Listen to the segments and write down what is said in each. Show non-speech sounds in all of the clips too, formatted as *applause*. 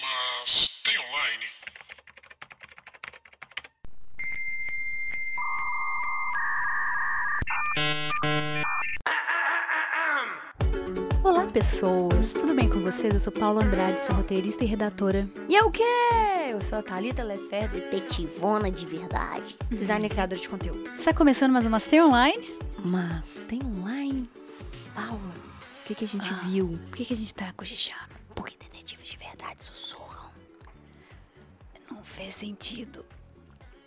Mas tem online. Olá, pessoas! Tudo bem com vocês? Eu sou Paula Andrade, sou roteirista e redatora. E é o quê? Eu sou a Thalita Lefer, detetivona de verdade. Designer e criadora de conteúdo. Está começando mais uma Stay Online? Mas tem online? Paula, o que, que a gente viu? Por que, que a gente tá cochichando? Porque detetives de verdade sussurram. Não fez sentido.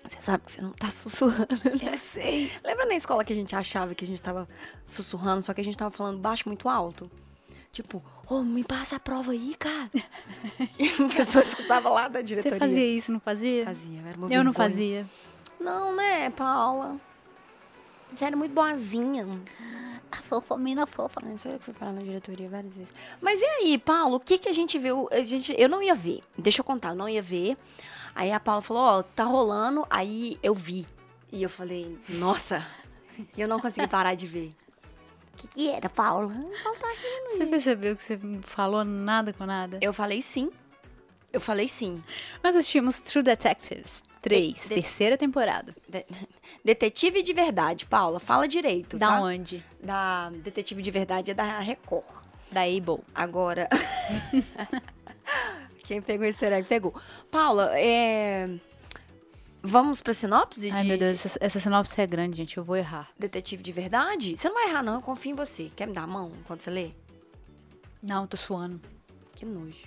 Você sabe que você não tá *laughs* sussurrando. Eu sei. É. Lembra na escola que a gente achava que a gente tava sussurrando, só que a gente tava falando baixo muito alto? Tipo, ô, me passa a prova aí, cara. *laughs* e a pessoa escutava lá da diretoria. Você fazia isso, não fazia? um Fazia, era uma Eu não vergonha. fazia. Não, né, Paula? Você era muito boazinha. A fofa, mina fofa. Ah, Isso eu que fui parar na diretoria várias vezes. Mas e aí, Paulo, o que, que a gente viu? A gente, eu não ia ver. Deixa eu contar, eu não ia ver. Aí a Paula falou, ó, tá rolando. Aí eu vi. E eu falei, nossa. E eu não consegui parar de ver. O *laughs* que, que era, Paula? Paula tá rindo. Você percebeu que você não falou nada com nada? Eu falei sim. Eu falei sim. Nós assistimos True Detectives 3, De- de- terceira temporada. De- *laughs* Detetive de verdade, Paula. Fala direito, da tá? onde? Da Detetive de verdade é da Record. Da Able. Agora. *laughs* Quem pegou o easter egg pegou. Paula, é. Vamos pra sinopse Ai, de meu Deus, essa, essa sinopse é grande, gente. Eu vou errar. detetive de verdade? Você não vai errar, não. Eu confio em você. Quer me dar a mão quando você lê? Não, tô suando. Que nojo.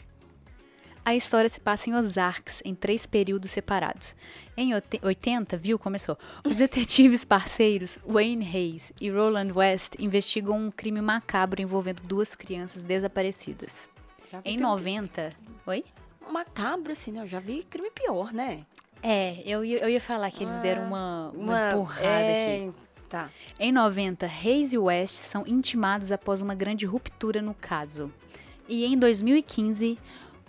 A história se passa em Ozarks, em três períodos separados. Em oite- 80, viu? Começou. *laughs* Os detetives parceiros Wayne Hayes e Roland West investigam um crime macabro envolvendo duas crianças desaparecidas. Já vi Em crime 90. Oi? Macabro, assim, né? Eu já vi crime pior, né? É, eu ia, eu ia falar que eles deram uma, Ah, uma, empurrada aqui. é... Tá. Em 90, Hayes e West são intimados após uma grande ruptura no caso. E em 2015,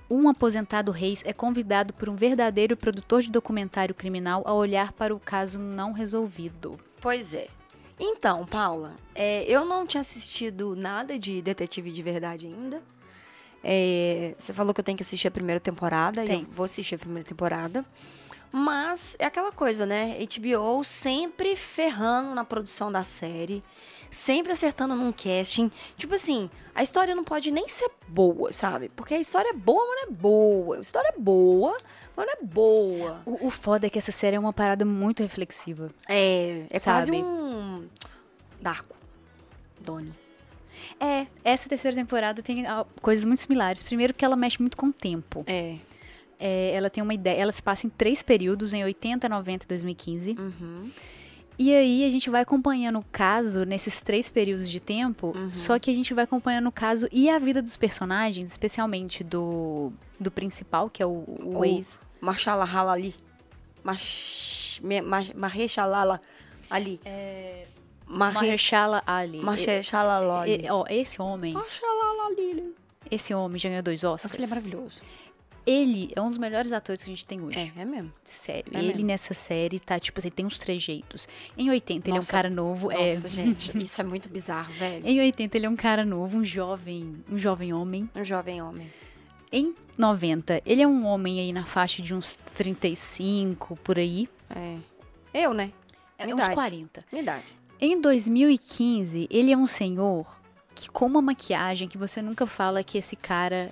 um aposentado Hayes é convidado por um verdadeiro produtor de documentário criminal a olhar para o caso não resolvido. Pois é. Então, Paula, é, eu não tinha assistido nada de Detetive de Verdade ainda. É, você falou que eu tenho que assistir a primeira temporada, e Tem. eu vou assistir a primeira temporada. Mas é aquela coisa, né? HBO sempre ferrando na produção da série, sempre acertando num casting. Tipo assim, a história não pode nem ser boa, sabe? Porque a história é boa, mas não é boa. A história é boa, mas não é boa. O, o foda é que essa série é uma parada muito reflexiva. É, é quase Sabe? um Darko. Doni. É, essa terceira temporada tem ah, coisas muito similares. Primeiro que ela mexe muito com o tempo. É. É, ela tem uma ideia, ela se passa em três períodos, em 80, 90 e 2015. Uhum. E aí a gente vai acompanhando o caso nesses três períodos de tempo, Uhum. só que a gente vai acompanhando o caso e a vida dos personagens, especialmente do, do principal, que é o, o O- ex. Machala rala ali. Mach... me- mach- Marrechalala ali. É. é, Marre... Mahershala Ali. Marrechalala E- ali. e- ó, esse homem, Marrechalala ali. esse homem já ganhou dois Oscars. Nossa, ele é maravilhoso. Ele é um dos melhores atores que a gente tem hoje. É, é mesmo. Sério. É ele mesmo. nessa série tá, tipo assim, tem uns trejeitos. Em 80, ele é um Nossa, cara novo. é. Nossa, *laughs* gente, isso é muito bizarro, velho. Em 80, ele é um cara novo, um jovem, um jovem homem. Um jovem homem. em 90, ele é um homem aí na faixa de uns 35, por aí. É. Eu, né? É Minha uns idade. 40. Minha idade. Em 2015, ele é um senhor que com uma maquiagem que você nunca fala que esse cara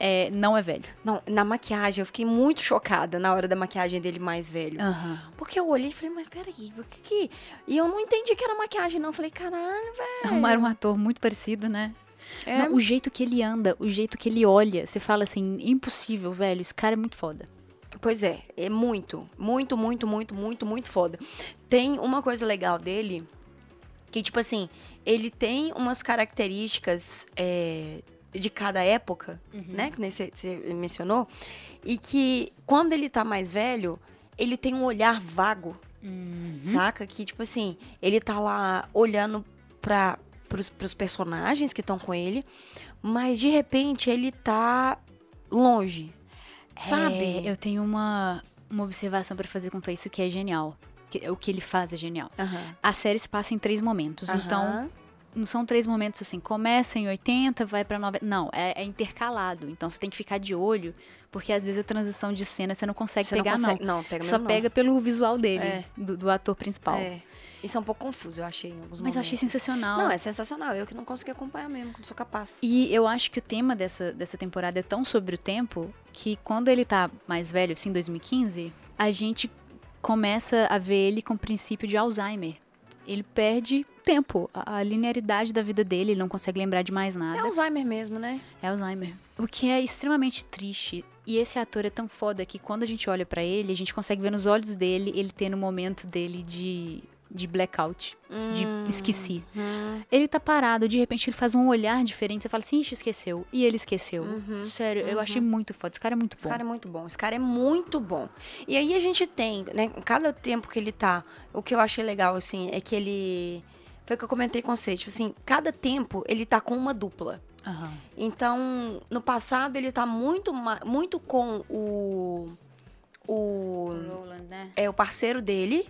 é, não é velho. Não, na maquiagem, eu fiquei muito chocada na hora da maquiagem dele mais velho. Aham. Porque eu olhei e falei, mas peraí, o que que... E eu não entendi que era maquiagem, não. Eu falei, caralho, Arrumaram um ator muito parecido, né? É. Não, o jeito que ele anda, o jeito que ele olha, você fala assim, impossível, velho, esse cara é muito foda. Pois é, é muito, muito, muito, muito, muito, muito foda. Tem uma coisa legal dele, que, tipo assim, ele tem umas características é, de cada época, né? Que nem você mencionou. E que quando ele tá mais velho, ele tem um olhar vago, saca? Que, tipo assim, ele tá lá olhando pra, pros, pros personagens que estão com ele, mas de repente ele tá longe. Sabe? É, eu tenho uma, uma observação pra fazer quanto a isso que é genial. Que- o que ele faz é genial. Aham. A série se passa em três momentos. Então, Aham. não são três momentos assim, começa em 80, vai pra 90. Não, é, é intercalado. Então você tem que ficar de olho, porque às vezes a transição de cena você não consegue Você pegar, não não. consegue. Não, pega Só mesmo não. pega pelo visual dele, É. do, do ator principal. É. Isso é um pouco confuso, eu achei em alguns Mas eu achei momentos. sensacional. Não, é sensacional. Eu que não consegui acompanhar mesmo, que não sou capaz. E eu acho que o tema dessa, dessa temporada é tão sobre o tempo que quando ele tá mais velho, assim, em 2015, a gente começa a ver ele com o princípio de Alzheimer. Ele perde tempo, a, a linearidade da vida dele, ele não consegue lembrar de mais É nada. Alzheimer mesmo, né? É Alzheimer. O que é extremamente triste. E esse ator é tão foda que quando a gente olha pra ele, a gente consegue ver nos olhos dele, ele tendo o momento dele de, de blackout, de Hum. esqueci. Hum. Ele tá parado, de repente ele faz um olhar diferente, você fala assim, ixi, esqueceu. E ele esqueceu. Uhum, Sério, eu uhum. achei muito foda. Esse cara é muito Esse bom. cara é muito bom, esse cara é muito bom. E aí a gente tem, né, cada tempo que ele tá, o que eu achei legal, assim, é que ele. Foi o que eu comentei com você, tipo assim, cada tempo ele tá com uma dupla. Aham. Então, no passado ele tá muito, ma- muito com o. O. Roland, né? é o parceiro dele,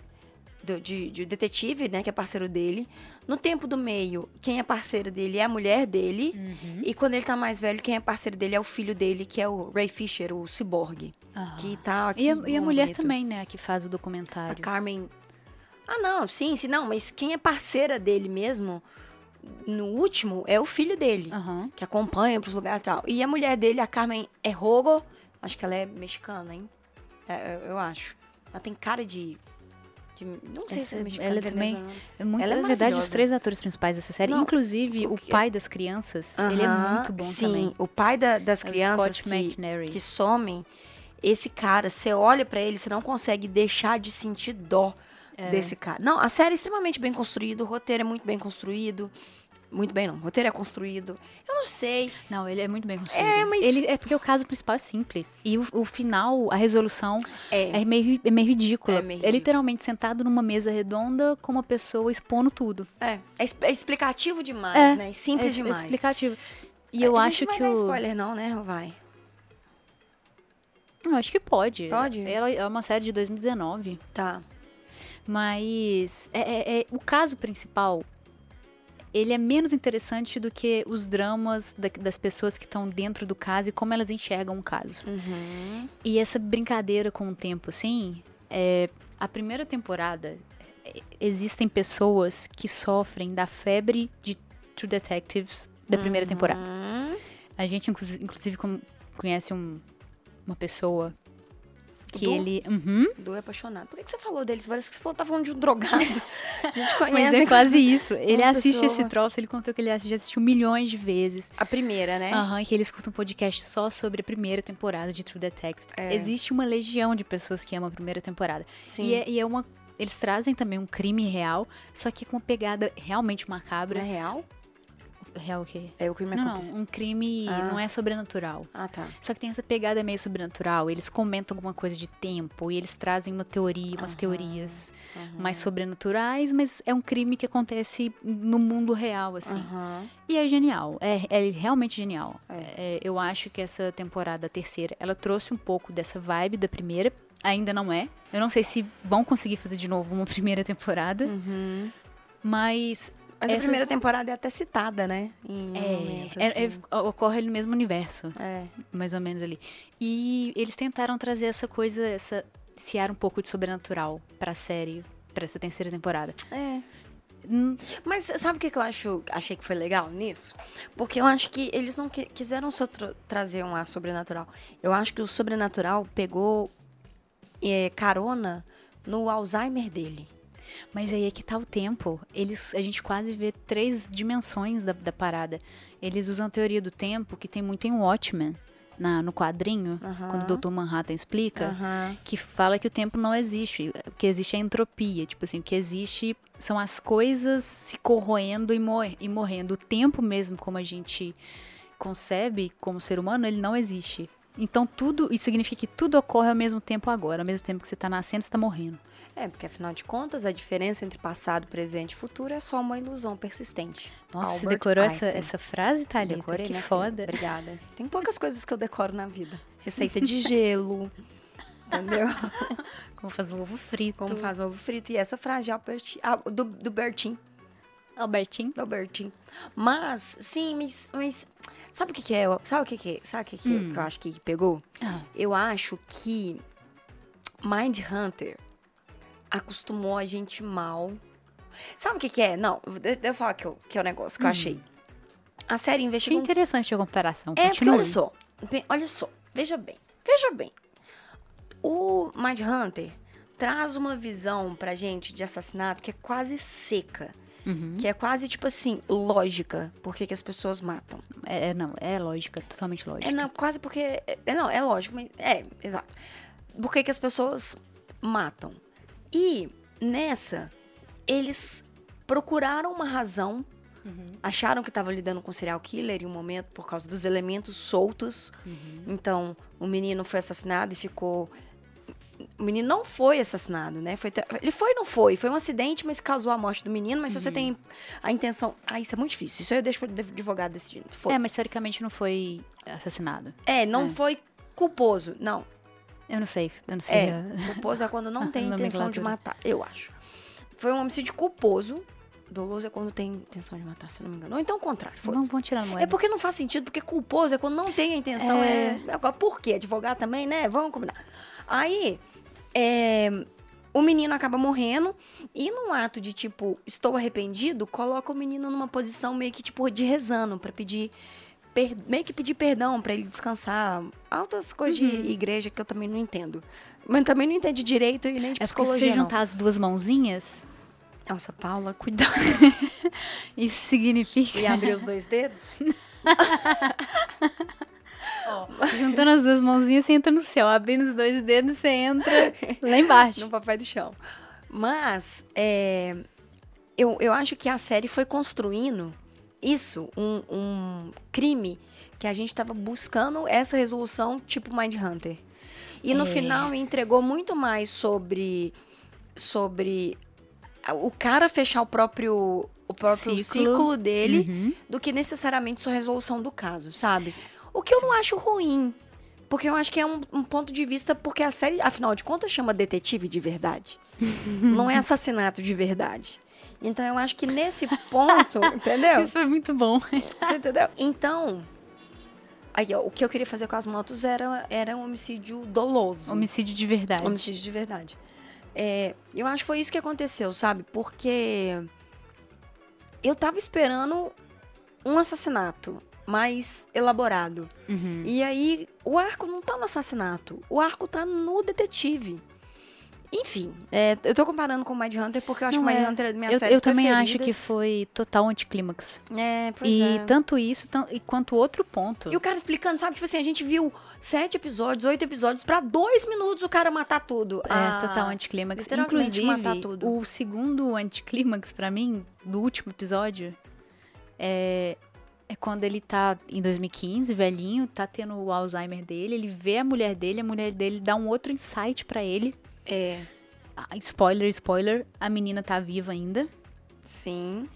do, de, de detetive, né? Que é parceiro dele. No tempo do meio, quem é parceiro dele é a mulher dele. Uhum. E quando ele tá mais velho, quem é parceiro dele é o filho dele, que é o Ray Fisher, o ciborgue. Que tá aqui. E a, e a mulher bonito. também, né, que faz o A documentário. Carmen. Ah, não, sim, sim, não. Mas quem é parceira dele mesmo, no último, é o filho dele. Aham. Que acompanha pros lugares e tal. E a mulher dele, a Carmen é Rogo. Acho que ela é mexicana, hein? É, eu- eu acho. Ela tem cara de. de- não sei se é Essa- mexicana. ela venezuelana. É muito, Ela é na verdade, os maravilhosa. três atores principais dessa série, Não, inclusive o o que- pai das crianças, ele é Aham, muito bom Sim, também. o pai da- das É o crianças Scott que, McNary. que somem, esse cara, você olha pra ele, você não consegue deixar de sentir dó desse cara. Não, a série é extremamente bem construída, o roteiro é muito bem construído. Muito bem, não. O roteiro é construído. Eu não sei. Não, ele é muito bem construído. É, mas- Ele, é porque o caso principal é simples. E o, o final, a resolução É, é, meio, é meio ridícula. É meio ridículo. literalmente sentado numa mesa redonda com uma pessoa expondo tudo. é. É, es- é explicativo demais, É, né? E Simples é, demais. É explicativo. E eu a acho gente não que vai dar o. spoiler não, né? Vai. Eu acho que pode. Pode? Ela é uma série de 2019. Tá. Mas é, é- é- o caso principal. Ele é menos interessante do que os dramas da- das pessoas que estão dentro do caso e como elas enxergam o caso. Uhum. E essa brincadeira com o tempo, assim, é, a primeira temporada é, existem pessoas que sofrem da febre de True Detectives da primeira temporada. Uhum. A gente, inclu- inclusive, com- conhece um- uma pessoa que Du? ele. Uhum, Du é apaixonado. Por que, que você falou deles? Parece que você falou, tá falando de um drogado. *laughs* A gente conhece. mas *laughs* é quase isso. Ele uma assiste esse pessoa. troço, ele contou que ele ass- já assistiu milhões de vezes. A primeira, né? Aham, e que ele escuta um podcast só sobre a primeira temporada de True Detective. Existe uma legião de pessoas que amam a primeira temporada. É. Sim. E é, e é uma. Eles trazem também um crime real, só que com uma pegada realmente É macabra. real? Real o quê? É o crime Não, aconteceu. não, um crime Ah. não é sobrenatural. Ah, tá. Só que tem essa pegada meio sobrenatural. Eles comentam alguma coisa de tempo e eles trazem uma teoria, umas teorias mais sobrenaturais, mas é um crime que acontece no mundo real, assim. Aham. E é genial, é, é realmente genial. É, eu acho que essa temporada, a terceira, ela trouxe um pouco dessa vibe da primeira. Ainda não é. Eu não sei se vão conseguir fazer de novo uma *laughs* primeira temporada, Uhum. mas. Mas a Essa- primeira temporada é até citada, né? Em É, um momento, é- é- assim. ocorre no mesmo universo, É. mais ou menos ali. E eles tentaram trazer essa coisa, essa, esse ar um pouco de sobrenatural pra série, pra essa terceira temporada. É. Hum, Mas sabe o que que eu acho, achei que foi legal nisso? Porque eu acho que eles não qui- quiseram só tra- trazer um ar sobrenatural. Eu acho que o sobrenatural pegou é, carona no Alzheimer dele. Mas aí é que tá o tempo. Eles, a gente quase vê três dimensões da, da parada. Eles usam a teoria do tempo, que tem muito em Watchmen, na, no quadrinho, Aham. quando o Dr. Manhattan explica, Aham. que fala que o tempo não existe. O que existe é entropia. Tipo assim, o que existe são as coisas se corroendo e, mor- e morrendo. O tempo mesmo, como a gente concebe como ser humano, ele não existe. Então tudo, isso significa que tudo ocorre ao mesmo tempo agora, ao mesmo tempo que você tá nascendo, você tá morrendo. É, porque afinal de contas, a diferença entre passado, presente e futuro é só uma ilusão persistente. Nossa, você Albert decorou essa, Einstein. essa frase, Thalita? Decorei, né? que minha filha. foda. Obrigada. Tem poucas coisas que eu decoro na vida. Receita *laughs* de gelo, entendeu? Como fazer um ovo frito. é Como faz ovo frito. E essa frase de Albert, ah, do, do Bertin. Albertinho. do Albertinho. Mas, sim, mas, mas sabe o que, que é? Sabe o que, que é? Sabe o que, que, é que eu acho que pegou? Ah, Eu acho que Mind Hunter acostumou a gente mal. Sabe o que, que é? Não, de- deixa eu falar que, eu, que é o negócio que eu achei. A série achei investiga um interessante a comparação. é, porque Continua. olha só. Bem, Olha só. Veja bem. Veja bem. O Mindhunter traz uma visão pra gente de assassinato que é quase seca. Uhum. Que é quase, tipo assim, lógica. Por que que as pessoas matam. É, é, não, é lógica, totalmente lógica. É, não, quase porque... É, não, é lógico, mas... É, exato. Por que que as pessoas matam. E, nessa, eles procuraram uma razão Uhum. acharam que estavam lidando com serial killer em um momento por causa dos elementos soltos. Uhum. Então, o menino foi assassinado e ficou. O menino não foi assassinado, né? Foi te- Ele foi ou não foi? Foi um acidente, mas causou a morte do menino. Mas se Uhum. você tem a intenção. Ah, isso é muito difícil. Isso aí eu deixo pro advogado decidindo. É, Foda-se. mas teoricamente não foi assassinado. É, não foi culposo. Não. Eu não sei, eu não sei. É. Culposo é quando *laughs* não tem intenção de Nomenclatura. matar, eu acho. Foi um homicídio culposo. Doloso é quando tem intenção de matar, se eu não me engano. Ou então o contrário. Não Foda-se. vão tirar a É moeda. porque não faz sentido, porque culposo é quando não tem a intenção. É... Agora, por quê? Advogar também, né? Vamos combinar. Aí, é, o menino acaba morrendo e num ato de tipo, estou arrependido, coloca o menino numa posição meio que tipo de rezando pra pedir. per- Meio que pedir perdão pra ele descansar. Altas coisas de igreja que eu também não entendo. Mas também não entendo de direito e nem de É porque se psicologia. você não. juntar as duas *laughs* mãozinhas, Nossa, Paula, cuidado. isso significa. E abrir os dois dedos? *laughs* Juntando as duas mãozinhas, você entra no céu. Abrindo os dois dedos, você *laughs* entra lá embaixo. no papai do chão. Mas é, eu, eu acho que a série foi construindo isso, um, um crime que a gente tava buscando essa resolução tipo Mindhunter. E no É. final entregou muito mais sobre sobre a- o cara fechar o próprio o próprio Ciclo. ciclo, dele Uhum. do que necessariamente sua resolução do caso, sabe? O que eu não acho ruim. Porque eu acho que é um, um ponto de vista, porque a série, afinal de contas, chama detetive de verdade. não é assassinato de verdade. Então eu acho que nesse ponto, entendeu? Isso foi muito bom. Você entendeu? Então. Aí, ó, o que eu queria fazer com as motos era, era um homicídio doloso. Homicídio de verdade. Homicídio de verdade. É, eu acho que foi isso que aconteceu, sabe? Porque eu tava esperando um assassinato mais elaborado. Uhum. E aí, o arco não tá no assassinato. O arco tá no detetive. Enfim, é, eu tô comparando com Mind Hunter porque eu acho Não que Mind é. Hunter é minha Eu, série eu também acho que foi total anticlímax. É, pois E é. tanto isso tan- e quanto outro ponto. E o cara explicando, sabe? Tipo assim, a gente viu sete episódios, oito episódios, pra dois minutos o cara matar tudo. É, Ah, total anticlímax. literalmente Inclusive, matar tudo. o segundo anticlímax pra mim, do último episódio, é, é quando ele tá em 2015, velhinho, tá tendo o Alzheimer dele, ele vê a mulher dele, a mulher dele dá um outro insight pra ele. É, Ah, spoiler, spoiler, a menina tá viva ainda. É, sim.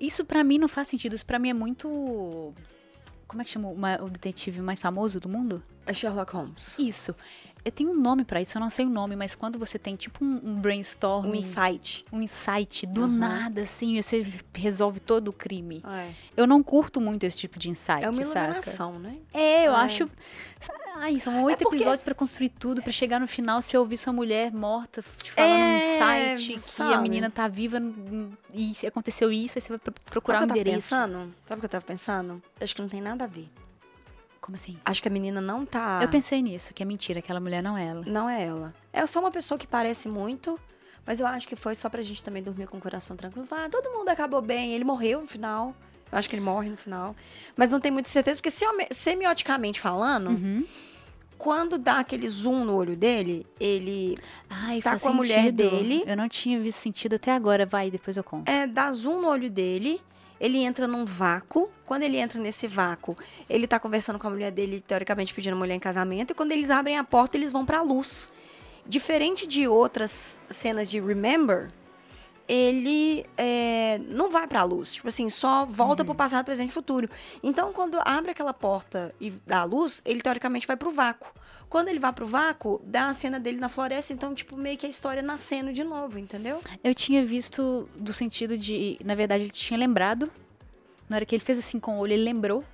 Isso pra mim não faz sentido, isso pra mim é muito... Como é que chama o ma- o detetive mais famoso do mundo? É Sherlock Holmes. Isso. É, Tem um nome pra isso, eu não sei o nome, mas quando você tem tipo um, um Um brainstorming, insight. um insight do Aham. nada, assim, e você resolve todo o crime. É, Eu não curto muito esse tipo de insight, uma saca? iluminação, né? É, eu É. acho. sa- Ai, são oito porque- episódios pra construir tudo, pra chegar no final, se ouvir sua mulher morta te falando É, um insight que a sabe? menina tá viva n- e se aconteceu isso, aí você vai pro- procurar Sabe um o que eu tava endereço. pensando? Sabe o que eu tava pensando? Acho que não tem nada a ver. Como assim? Acho que a menina não tá. Eu pensei nisso, que é mentira, aquela mulher não é ela. Não é ela. É só uma pessoa que parece muito, mas eu acho que foi só pra gente também dormir com o coração tranquilo. Falar, Ah, todo mundo acabou bem. Ele morreu no final. Eu acho que ele morre no final. Mas não tenho muita certeza, porque semi- semioticamente falando, Uhum. quando dá aquele zoom no olho dele, ele Ai, Tá faz com a mulher sentido. dele. Eu não tinha visto sentido até agora, vai, depois eu conto. é, dá zoom no olho dele, ele entra num vácuo. Quando ele entra nesse vácuo, ele tá conversando com a mulher dele, teoricamente pedindo a mulher em casamento. E quando eles abrem a porta, eles vão pra luz. Diferente de outras cenas de Remember, ele é, não vai pra luz. Tipo assim, só volta pro passado, presente e futuro. Então, quando abre aquela porta e dá a luz, ele teoricamente vai pro vácuo. Quando ele vai pro vácuo, dá a cena dele na floresta, então, tipo, meio que a história nascendo de novo, entendeu? Eu tinha visto do sentido de. Na verdade, ele tinha lembrado. Na hora que ele fez assim com o olho, ele lembrou.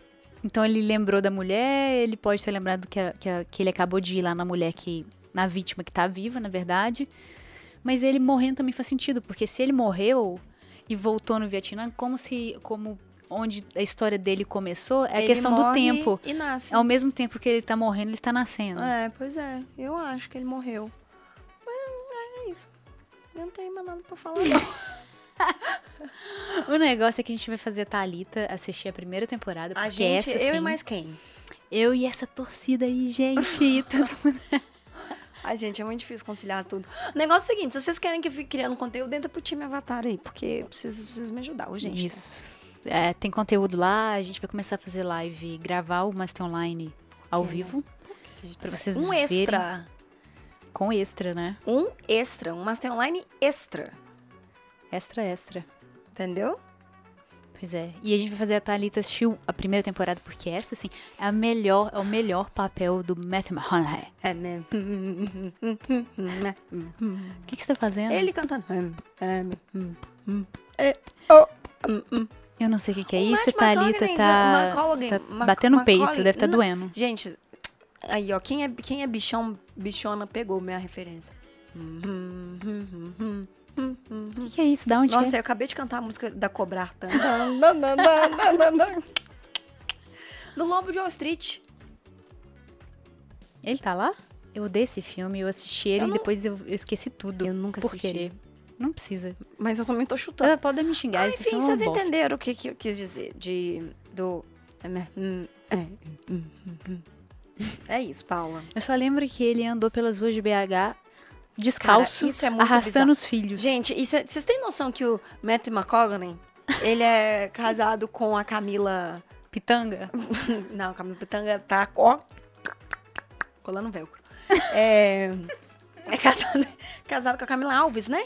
Então ele lembrou da mulher, ele pode ter lembrado que, a- que a- que ele acabou de ir lá na mulher que. na vítima que tá viva, na verdade. Mas ele morrendo também faz sentido, porque se ele morreu e voltou no Vietnã, como se. como onde a história dele começou, é a Ele questão do morre tempo. É E nasce. Ao mesmo tempo que ele tá morrendo, ele está nascendo. É, pois é. Eu acho que ele morreu. Mas é isso. Eu não tenho mais nada pra falar, *laughs* não. O negócio é que a gente vai fazer a Thalita assistir a primeira temporada. A porque gente, essa, assim, eu sim, e mais quem? eu e essa torcida aí, *laughs* gente. todo mundo- A gente, é muito difícil conciliar tudo. O negócio é o seguinte, se vocês querem que eu fique criando conteúdo, entra pro time Avatar aí, porque vocês precisam me ajudar, ô, gente. Isso. É, tem conteúdo lá, a gente vai começar a fazer live, gravar o Master Online ao né? vivo. Pra vocês Um verem. extra. Com extra, né? Um extra. Um Master Online extra. Extra, extra. Entendeu? Pois é. E a gente vai fazer a Thalita assistir o- a primeira temporada, porque essa, assim, é, a melhor, é o melhor papel do Matthew McConaughey. É mesmo. O que, que você tá fazendo? Ele cantando. É mesmo. Eu não sei o que, que é O isso. A Matt Thalita McConaughey, tá, McConaughey, Hum. tá Mac- batendo o peito, McConaughey, deve estar não- doendo. Gente, aí ó, quem é, quem é bichão, bichona pegou minha referência. O que, que é isso? Da onde é? Nossa, eu acabei de cantar a música da Cobrar *laughs* Tan. Do Lobo de Wall Street. Ele tá lá? Eu odeio esse filme, eu assisti ele Eu e não- depois eu, eu esqueci tudo. Eu nunca por assisti. querer. Não precisa. Mas eu também tô chutando. Ela pode me xingar, Ah, esse enfim, filme é uma vocês bosta. entenderam o que, que eu quis dizer de do hum, é isso, Paula. Eu só lembro que ele andou pelas ruas de BH descalço, Cara, isso é muito arrastando bizarro. os filhos. Gente, e cê- vocês têm noção que o Matt McCogney, ele é casado com a Camila, Pitanga. *laughs* não, a Camila Pitanga tá ó, colando um velcro. É, é casado, casado com a Camila Alves, né?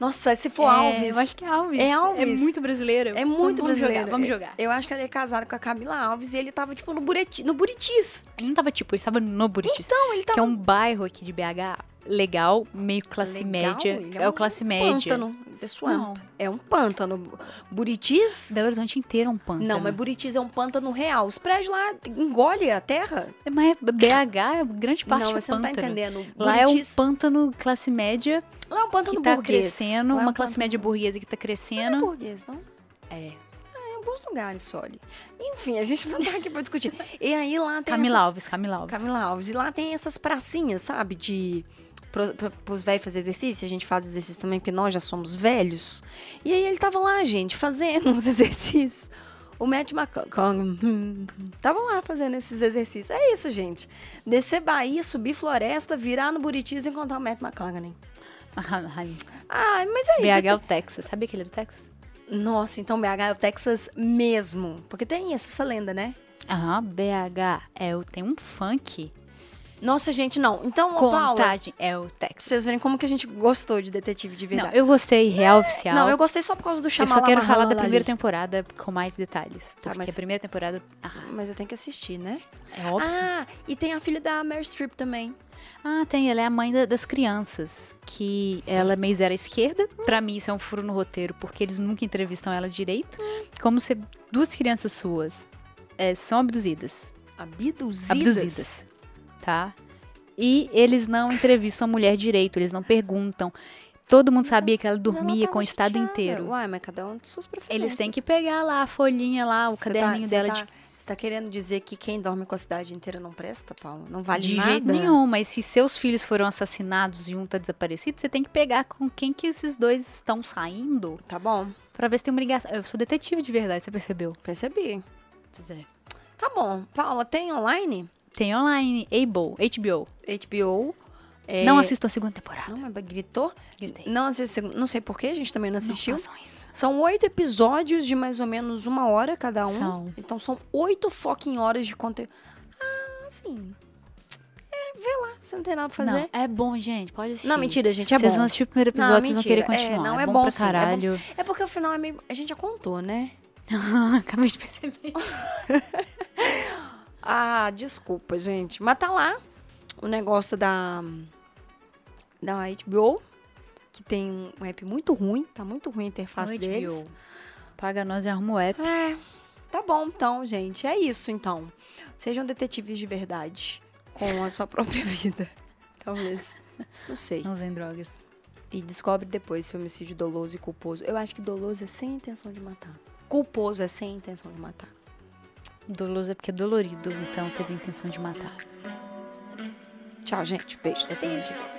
Nossa, se for é, Alves, Eu acho que é Alves. É Alves. É muito brasileiro. É muito vamos brasileiro. Jogar, vamos jogar. eu acho que ele é casado com a Camila Alves e ele tava tipo no Buriti, no Buritis. Ele não tava tipo, ele tava no Buritis. Então, ele Que tava é um bairro aqui de BH legal, meio classe Legal, média. ele um É, o classe média. Pântano, pessoal. Não, É um pântano. Buritis? Belo Horizonte inteiro é um pântano. Não, mas Buritis é um pântano real. Os prédios lá engolem a terra. Mas BH é grande parte não, é mas você não tá pântano. entendendo. Lá é um Buritis, pântano classe média lá é um pântano que tá burguês. crescendo, Lá é um uma classe pântano- média burguesa que tá Não é crescendo. burguês, não? É. É em alguns lugares só ali. Enfim, a gente não tá aqui pra discutir. E aí lá tem Camila essas... Alves, Camila Alves. *laughs* Camila Alves. E lá tem essas pracinhas, sabe? De. Pro, pro, pros velhos fazer exercício, a gente faz exercício também, porque nós já somos velhos. E aí ele tava lá, gente, fazendo *laughs* uns exercícios. O Matt McConaughey tava lá fazendo esses exercícios. É isso, gente. Descer Bahia, subir floresta, virar no Buritis e encontrar o Matt McConaughey. Ah, mas é isso. BH é o Texas. Sabia que ele é do Texas? Nossa, então BH é o Texas mesmo. Porque tem essa, essa lenda, né? Aham, BH Ah, é o... Tem um funk. Nossa, gente, não. Então, ô, Paula, pra Contagem é o Texas. vocês verem como que a gente gostou de Detetive de Não, Verdade. eu gostei, real oficial. Não, eu gostei só por causa do Eu Shyamalan. só quero falar Mahala da primeira ali. Tá, temporada com mais detalhes. Porque mas- a primeira temporada ah, Mas eu tenho que assistir, né? é óbvio. Ah, e tem a filha da Mary Streep também. Ah, tem. Ela é a mãe da- das crianças. Que ela é meio zero à esquerda. Pra mim, isso é um furo no roteiro, porque eles nunca entrevistam ela direito. Como se duas crianças suas é, são abduzidas. Abduzidas. Abduzidas. Tá? E eles não entrevistam a mulher direito, eles não perguntam. Todo mundo sabia que ela Mas ela dormia tava com o estado chateada. inteiro. Uai, mas cada um de suas preferências. Eles têm que pegar lá a folhinha lá, o Cê tá- caderninho cê dela tá- de Você tá querendo dizer que quem dorme com a cidade inteira não presta, Paula? Não vale de nada? jeito nenhum, mas se seus filhos foram assassinados e um tá desaparecido, você tem que pegar com quem que esses dois estão saindo Tá bom, pra ver se tem uma ligação. Eu sou detetive de verdade, você percebeu? percebi. Pois é. Tá bom. Paula, tem online? Tem online, Able, HBO. HBO. é- Não assistam a segunda temporada. Não, mas gritou? Gritei. Não assistiu. Não sei porquê, a gente também não tá. Não assistiu. façam isso. São oito episódios de mais ou menos uma hora cada um. São. Então são oito fucking horas de conteúdo. Ah, sim. assim, É, vê lá. Você não tem nada pra fazer? Não, é bom, gente. Pode assistir. Não, mentira, gente, é vocês bom. vão assistir o primeiro episódio, Não, vocês vão mentira. querer continuar. É, não, é bom, bom pra sim, é bom caralho. *laughs* É porque o final é meio. A gente já contou, né? Acabei de perceber. Ah, desculpa, gente. Mas tá lá o negócio da. Da HBO, que tem um app muito ruim. Tá muito ruim a interface Noite, deles. Bill. Paga nós e arruma o app. É, tá bom então, gente. É isso então. Sejam detetives de verdade com a sua *laughs* própria vida. Talvez. Não sei. Não usem drogas. E descobre depois se o homicídio doloso e culposo. Eu acho que doloso é sem intenção de matar. Culposo é sem intenção de matar. Doloso é porque é dolorido, então teve a intenção de matar. Tchau, gente. Beijo. Até semana que vem.